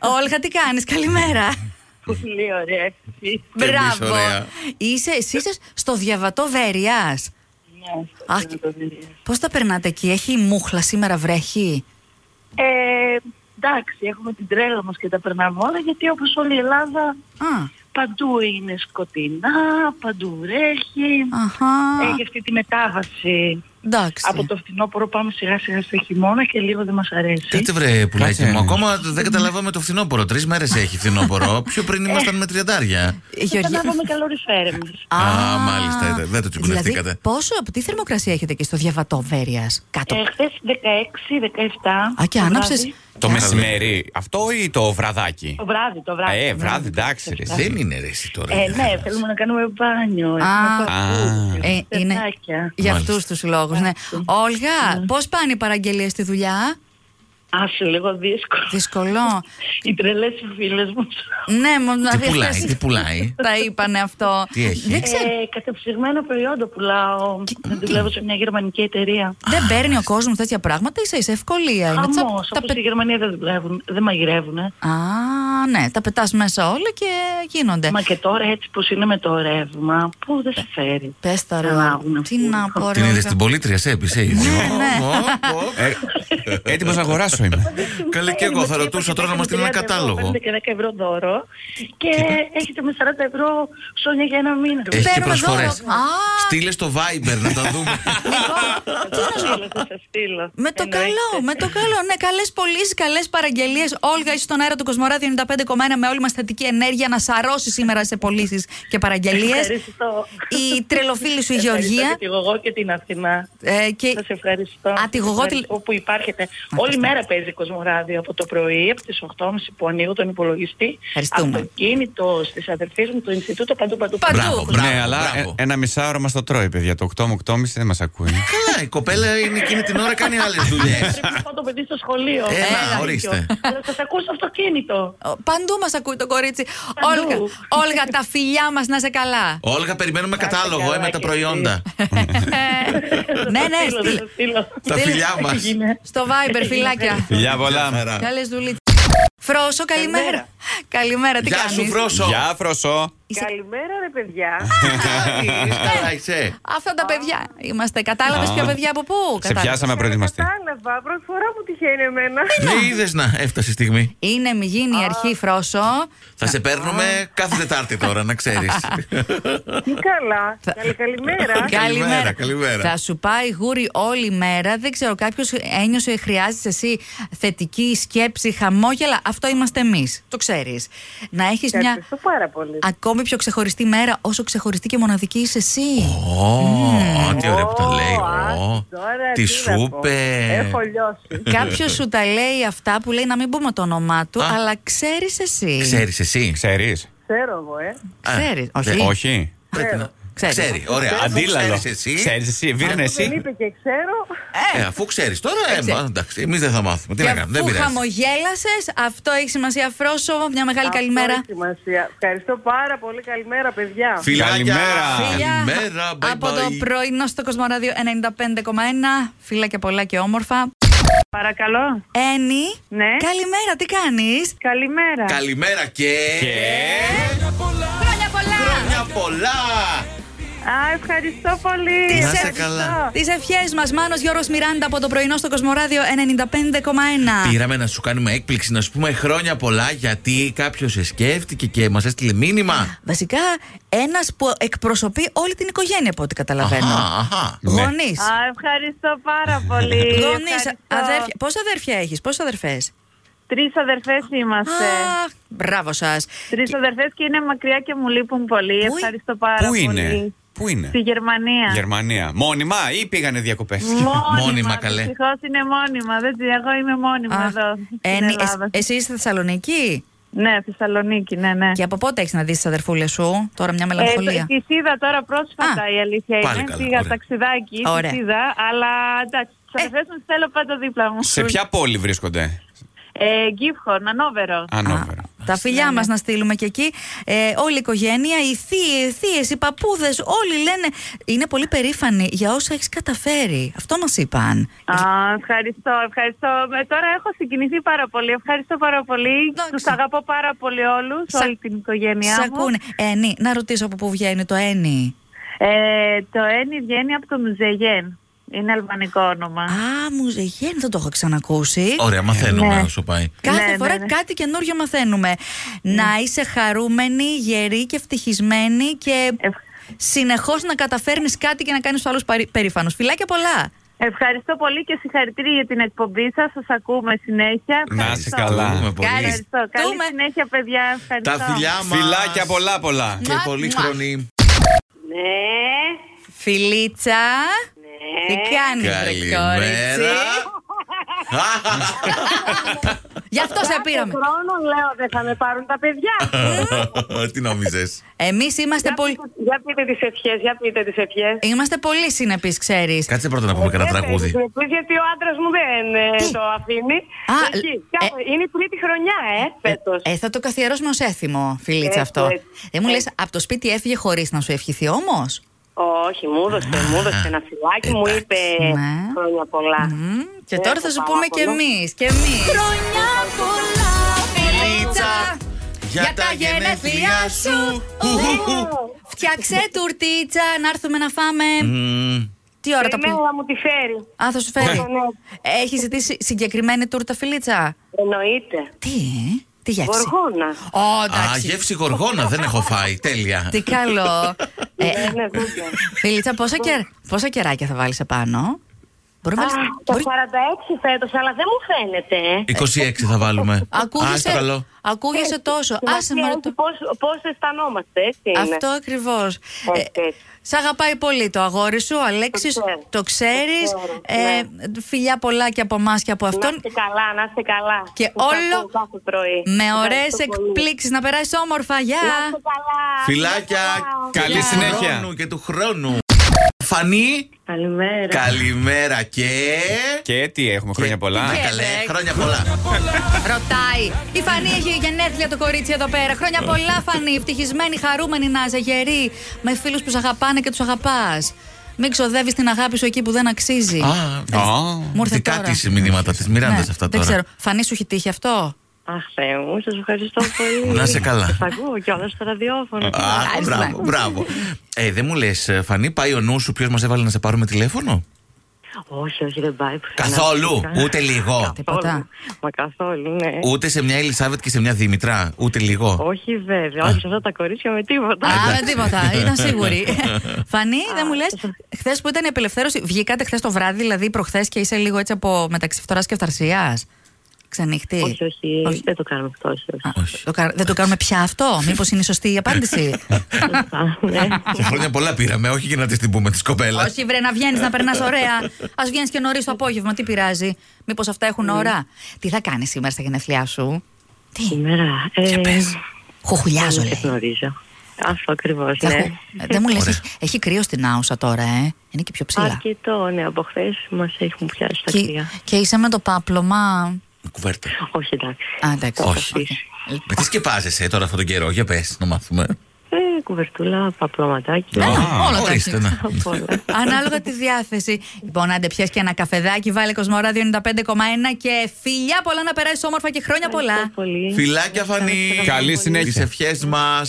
Όλγα, τι κάνεις, καλημέρα. Πολύ ωραία εσύ. Μπράβο. εμείς ωραία. Είσαι, εσύ είσαι στο διαβατό Βέρεια. Ναι, στο Αχ, Πανατολείο. Πώς τα περνάτε εκεί, έχει μούχλα σήμερα, βρέχει. Ε, εντάξει, έχουμε την τρέλα μας και τα περνάμε όλα γιατί όπως όλη η Ελλάδα Α, παντού είναι σκοτεινά, παντού βρέχει. αχα. Έχει αυτή τη μετάβαση. Εντάξει. Ε, Από το φθινόπωρο πάμε σιγά σιγά στο χειμώνα και λίγο δεν μας αρέσει. Κάτσε βρε πουλάκι Κάτσε. μου. Ακόμα δεν καταλάβαμε το φθινόπωρο. Τρεις μέρες έχει φθινόπωρο. Πιο πριν ήμασταν με τριαντάρια. Ε, Και Γεωργία- κάναμε καλοριφέρ εμείς. Α, μάλιστα, δεν- δεν το τσιγκουνευτήκατε. Δηλαδή, πόσο, από τι θερμοκρασία έχετε εκεί στο διαβατό Βέρειας, κάτω. Ε, χθες 16-17. Α, και το άναψες. βράδυ. Το Ναι. Καλά. μεσημέρι, αυτό ή το βραδάκι. Το βράδυ, το βράδυ. Ε, βράδυ, εντάξει. ρε, εσύ. Δεν είναι ρε εσύ τώρα. Ε, ναι, θέλουμε να κάνουμε μπάνιο. έχουμε παππούδες, Ε, είναι παιδάκια. για Μάλιστα. αυτούς τους λόγους, ναι. Όλγα, πώς πάνε οι παραγγελίες στη δουλειά, Άσε λίγο δύσκολο. Δυσκολό. Οι τρελές οι φίλες μου. Ναι, μου Τι δηλαδή, πουλάει, αυτές τι πουλάει. Τα είπανε αυτό. Τι έχει? Δεν, ξέρω, Ε, κατεψυγμένο προϊόντο πουλάω. Δουλεύω σε μια γερμανική εταιρεία. δεν παίρνει ο κόσμος τέτοια πράγματα, ίσα ίσα ευκολία. Είναι τσαπ, Χαμός, τα όπως στη πε- Γερμανία δεν δουλεύουν, δεν μαγειρεύουν. ε. Α, ναι, τα πετάς μέσα όλα και γίνονται. Μα και τώρα έτσι πως είναι με το ρεύμα, πού δεν σε φέρει. Πες τα ρε. Αλλάγουν Τι αυτοί. να πω, ρε, Την είδες Όλγα. στην πολίτρια, σε έπεισε ήδη. Ω, ναι. ω, ω. Ε, Έτοιμος να αγοράσω είμαι. Ε, Καλέ και εγώ θα ρωτούσα τώρα να μας στείλει ένα κατάλογο. Παίρνετε και 10 ευρώ δώρο και έχετε με 40 ευρώ ψώνια για ένα Ε, μήνα. Έχει και Παίρνουμε προσφορές. δώρο. Α. Λοιπόν, Στείλε στο Viber να τα δούμε. Τι να σου πω, θα στείλω. Με το Εννοείται. καλό, με το καλό. Ναι, καλές πωλήσεις, καλές παραγγελίες. Όλγα, είσαι στον αέρα του Κοσμοράδιο 95,1 με όλη μας θετική ενέργεια να σαρώσεις σήμερα σε πωλήσεις και παραγγελίες. Ευχαριστώ. Η τρελοφίλη σου η Ευχαριστώ Γεωργία. και τη Γογό και την Αθηνά. ε, και... Σα ευχαριστώ. Α, τη Γογό τη- Όπου υπάρχετε. Όλη μέρα παίζει Κοσμοράδιο από το πρωί, από τις 8.30 που ανοίγω τον υπολογιστή. Ευχαριστούμε. Από το κίνητο, στις αδερφές μου, το Ινστιτούτο, παντού παντού. Παντού. Μπράβο, μπράβο. Ναι, αλλά μπράβο. ε- ένα μισάωρο μας το τρώει, παιδιά. Το 8 μου 8.30 δεν μας ακούει. Καλά, η κοπέλα είναι εκείνη την ώρα, κάνει άλλες δουλειές. Πρέπει να πάω το παιδί στο σχολείο. Έλα, Δίκιο. ορίστε. Αλλά θα σας ακούσει αυτοκίνητο. Ο- Παντού μας ακούει το κορίτσι. Παντού. Όλγα, Όλγα, τα φιλιά μας να είσαι καλά. Όλγα, περιμένουμε Κάτε κατάλογο ε, καλά με τα κι προϊόντα. ναι, ναι, Στείλω, στείλ. δεν το στείλω. Τα φιλιά μας. Έγινε. Στο Viber, φιλάκια. Γεια πολλά. Καλέ δουλίτσε. Φρόσο, καλημέρα. Καλημέρα, τι Γεια σου, κάνεις. Φρόσο. Γεια, Φροσό. Καλημέρα ρε παιδιά. Καλά, είσαι. Αυτά τα παιδιά. Είμαστε. Κατάλαβες Α. ποια παιδιά από πού. Σε πιάσαμε προετοιμαστή. Κατάλαβα, πρώτη φορά μου τυχαίνει εμένα. Δεν είδε Ναι, να έφτασε η στιγμή. Είναι μη γίνει η αρχή, Φρόσο. Θα σε παίρνουμε κάθε Τετάρτη τώρα, να ξέρεις. Τι καλά. Καλή καλημέρα. Καλημέρα, καλημέρα. Θα σου πάει γούρι όλη μέρα. Δεν ξέρω, κάποιος ένιωσε, χρειάζεσαι εσύ θετική σκέψη, χαμόγελα. Αυτό είμαστε εμείς. Το ξέρεις. Να έχεις μια Ευχαριστώ πάρα πολύ. ακόμη πιο ξεχωριστή μέρα, όσο ξεχωριστή και μοναδική είσαι εσύ. Ω, τι ωραία που τα λέει. Ω, Ω, άκου τώρα, Τι τι να σου πω. είπε. Έχω λιώσει. Κάποιος σου τα λέει αυτά που λέει να μην πούμε το όνομά του, Α. αλλά ξέρεις εσύ. Ξέρεις εσύ. Ξέρεις. Ξέρω εγώ, ε. Ξέρεις. Α, Ναι, Όχι. δε- Όχι. Πρέπει να. Ξέρεις. Ξέρει, ωραία. Αφού Αντίλαλο. ξέρεις Ξέρεις εσύ. εσύ. Βίρνε Δεν εσύ. είπε και ξέρω. Ε, αφού ξέρεις τώρα, ε, μα, εντάξει, εμείς δεν θα μάθουμε. Τι Και να κάνουμε, δεν αφού πειράζει. χαμογέλασες, αυτό έχει σημασία. Φρόσο, μια μεγάλη Αυτό έχει καλημέρα. σημασία. Ευχαριστώ πάρα πολύ. Καλημέρα, παιδιά. Φιλάκια. Καλημέρα. Φιλιά Καλημέρα, bye από το bye. πρωινό στο Κοσμοράδιο 95,1. Φίλα και πολλά και όμορφα. Παρακαλώ. Ένι, Ναι. καλημέρα, τι κάνεις. Καλημέρα. Καλημέρα και. Χρόνια πολλά! Χρόνια πολλά! Α, ευχαριστώ πολύ. Τι Να σε- είσαι καλά. Τις ευχές μας, Μάνος Γιώργος Μιράντα από το πρωινό στο Κοσμοράδιο 95,1. Πήραμε να σου κάνουμε έκπληξη, να σου πούμε χρόνια πολλά γιατί κάποιος σε σκέφτηκε και μας έστειλε μήνυμα. Βασικά, ένας που εκπροσωπεί όλη την οικογένεια, από ό,τι καταλαβαίνω. Αχα, αχα. Ναι. Γονείς. Α, ευχαριστώ πάρα πολύ. Γονείς, Ευχαριστώ. αδέρφια. Πόσα αδέρφια έχεις, πόσες αδερφές. Τρεις αδερφές είμαστε. Αχ, μπράβο σας. Τρεις αδερφές και είναι μακριά και μου λείπουν πολύ. Πού- Ευχαριστώ πάρα Πού είναι. πολύ. Πού είναι. Στη Γερμανία. Γερμανία. Μόνιμα ή πήγανε διακοπές. Μόνιμα, Μόνιμα, καλέ. Δυστυχώ είναι μόνιμα. Δεν, ξέρω, εγώ είμαι μόνιμα εδώ. στην Ελλάδα. εσύ είσαι Θεσσαλονίκη. Ναι, Θεσσαλονίκη, ναι, ναι. Και από πότε έχεις να δεις τις αδερφούλες σου, τώρα Ε, μια μελαγχολία. Τη είδα τώρα πρόσφατα Α, η αλήθεια πάλι είναι. καλά, Πήγα ωραία. ταξιδάκι, Ωραία. τη είδα, αλλά εντάξει. Τι αδερφέ μου τις θέλω πάντα δίπλα μου. Σε ποια πόλη βρίσκονται. Ε, Γκίφχορν, Ανόβερο. Ανόβερο. Τα Ναι, φιλιά μας να στείλουμε και εκεί. Ε, όλη η οικογένεια, οι θείοι, οι θείες, οι παππούδες, όλοι λένε. Είναι πολύ περήφανοι για όσα έχεις καταφέρει. Αυτό μας είπαν. Α, ευχαριστώ, ευχαριστώ. Ε, τώρα έχω συγκινηθεί πάρα πολύ. Ευχαριστώ πάρα πολύ. Εντάξει. Τους αγαπώ πάρα πολύ όλους, Σα- όλη την οικογένειά Σ' μου. ακούνε. Ένι, να ρωτήσω από πού βγαίνει το Ένι. Ε, το Ένι βγαίνει από το Μουζεγέν. Είναι αλβανικό όνομα. Α, μουζεγέννη, δεν το έχω ξανακούσει. Ωραία, μαθαίνουμε Ναι. όσο πάει. Κάθε Ναι, φορά ναι, ναι. κάτι καινούριο μαθαίνουμε. Να είσαι χαρούμενη, γερή και ευτυχισμένη και Ευχ- συνεχώς να καταφέρνεις κάτι και να κάνεις τους άλλους παρη- περήφανους. Φιλάκια πολλά. Ευχαριστώ πολύ και συγχαρητήρια για την εκπομπή σας. Σας ακούμε συνέχεια. Να είσαι Ευχαριστώ. καλά. Ευχαριστούμε πολύ. Ευχαριστώ. Καλή Ευχαριστούμε. συνέχεια, παιδιά. Ευχαριστώ. Τα φιλιά μας. Φιλάκια πολλά Ναι. πολλά. Και Μα- πολύ Μα. χρονή. Ναι, Φιλίτσα. Τι Ναι. κάνεις ρε Καλημέρα. κόριτσι? Γι' αυτό σε πήραμε. χρόνο λέω δεν θα με πάρουν τα παιδιά. Τι νόμιζες Εμείς είμαστε πολύ... για πείτε τις ευχές, για πείτε τις ευχές. Είμαστε πολύ συνεπείς, ξέρεις. Κάτσε πρώτα να πούμε κανένα Βέβαια, τραγούδι. τις ευχές, γιατί ο άντρας μου δεν ε, Τι? το αφήνει. Α, Εκεί, ε, κάπου- είναι η τρίτη χρονιά, ε, φέτος. Ε, θα το καθιερώσουμε ως έθιμο, φιλίτσα Ε, Έτσι, αυτό. έτσι. Δεν μου λες, Έτσι. από το σπίτι έφυγε χωρίς να σου ευχηθεί όμως. Όχι, μου έδωσε, μου έδωσε ένα φυλάκι, μου είπε Ναι. χρόνια πολλά. Μμμ, Και Ε, τώρα θα το σου πάω πούμε από και εδώ. εμείς, και εμείς. Χρόνια πολλά, Φιλίτσα, για τα γενέθλιά σου. Φτιάξε τουρτίτσα, να έρθουμε να φάμε. Μμμ. Τι ώρα τα Η πούμε. μέρα Ε, ναι, μου τη φέρει. Α, θα σου φέρει. Ναι, ναι. Έχει ζητήσει συγκεκριμένη τούρτα, φιλίτσα. Εννοείται. Τι, ε? τι γεύση. Γοργόνα. Ω, Α, εντάξει. γεύση γοργόνα, δεν έχω φάει. Τέλεια. Τι καλό. Ε, Ναι, ναι, βέβαια. Φίλιτσα, πόσα, κερα- πόσα κεράκια θα βάλεις επάνω. Μπορεί να Α, βάλεις- το μπορεί- 46 φέτος, αλλά δεν μου φαίνεται. ε. 26 θα βάλουμε. Α, στο Ακούγεσαι, καλό. ακούγεσαι τόσο. Άσε με ρε, το- Πώ αισθανόμαστε, έτσι είναι. Αυτό ακριβώς. έτσι. Σ' αγαπάει πολύ το αγόρι σου, Αλέξης. Το ξέρω. Το ξέρεις. Το Ε, ξέρω, ναι. φιλιά πολλά και από εμάς και από Να αυτόν. είστε καλά, να είστε καλά. Και Σας όλο ακούω κάθε πρωί. Με ωραίε Ευχαριστώ πολύ. εκπλήξεις. Να περάσεις όμορφα. Γεια. Να είστε καλά. Φιλάκια. Καλή του συνέχεια. χρόνου Και του χρόνου. Φανή, Καλημέρα. καλημέρα και. Και τι έχουμε, χρόνια πολλά. Να καλέ, Και- χρόνια πολλά. Ρωτάει. Η Φανή έχει γενέθλια το κορίτσι εδώ πέρα. Χρόνια πολλά, Φανή. Ευτυχισμένη, χαρούμενη να είσαι γερή. Με φίλους που σε αγαπάνε και τους αγαπάς. Μην ξοδεύεις την αγάπη σου εκεί που δεν αξίζει. Α, Α, Μου ήρθε δικά τώρα. τη μηνύματα της Μιράντα Ναι, αυτά Δεν ξέρω. τώρα. Φανή σου έχει τύχει αυτό. Αχ, Θεέ μου, σας ευχαριστώ πολύ. Να είσαι καλά. Σας ακούω κιόλας στο ραδιόφωνο. Αχ, μπράβο, μπράβο. Ε, δεν μου λες, Φανή, πάει ο νους σου ποιος μας έβαλε να σε πάρουμε τηλέφωνο. Όχι, όχι, δεν πάει πουθενά. Καθόλου, ούτε λίγο. Τίποτα. Μα καθόλου, ναι. Ούτε σε μια Ελισάβετ και σε μια Δήμητρα, ούτε λίγο. Όχι, βέβαια, όχι σε αυτά τα κορίτσια με τίποτα. Άρα τίποτα, ήταν σίγουρη. Φανή, δεν μου λες, χθες που ήταν η απελευθέρωση, βγήκατε χθες το βράδυ, δηλαδή προχθές και είσαι λίγο έτσι από μεταξύ φθοράς και φθαρσίας. Ξενυχτή. Όχι, όχι, δεν το κάνουμε αυτό, όχι. όχι. Α, το κα- δεν το κάνουμε πια αυτό. Μήπως είναι η σωστή η απάντηση. Α, ναι. Και χρόνια πολλά πήραμε, όχι για να τη την πούμε τη κοπέλα. Όχι, βρε, να βγαίνεις, να περνάς ωραία. Ας βγαίνεις και νωρίς το απόγευμα, τι πειράζει. Μήπως αυτά έχουν Ναι. ώρα. Τι θα κάνεις σήμερα στα γενέθλιά σου. Τι. Σήμερα. ε, Χουχουλιάζω, Δεν σε λέει. γνωρίζω. Αυτό ακριβώς, Τα ναι. χου- Δεν μου λες, Ωραία. έχει, έχει κρύο στην άουσα τώρα, ε. Είναι και πιο ψηλά. Αρκετό, ναι, από χθες μας έχουν πιάσει τα Και, κρύα. και είσαι με το πάπλωμα. Κουβέρτα. Όχι, εντάξει. Α, Το εντάξει. έχω Όχι. αφήσει. Με τι σκεπάζεσαι τώρα αυτόν τον καιρό, για πες να μάθουμε. Ε, κουβερτούλα, Ναι. παπλωματάκι. Α, Α, όλα τα ορίστε, ναι. έχεις. να. Πολλά. Ανάλογα τη διάθεση. Λοιπόν, άντε πιες και ένα καφεδάκι, βάλε Κοσμοράδιο 95,1 και φιλιά πολλά να περάσεις όμορφα και χρόνια πολλά. Ευχαριστώ πολύ. Φιλάκια, Φανή. Καλή Τι συνέχεια. ευχές μας.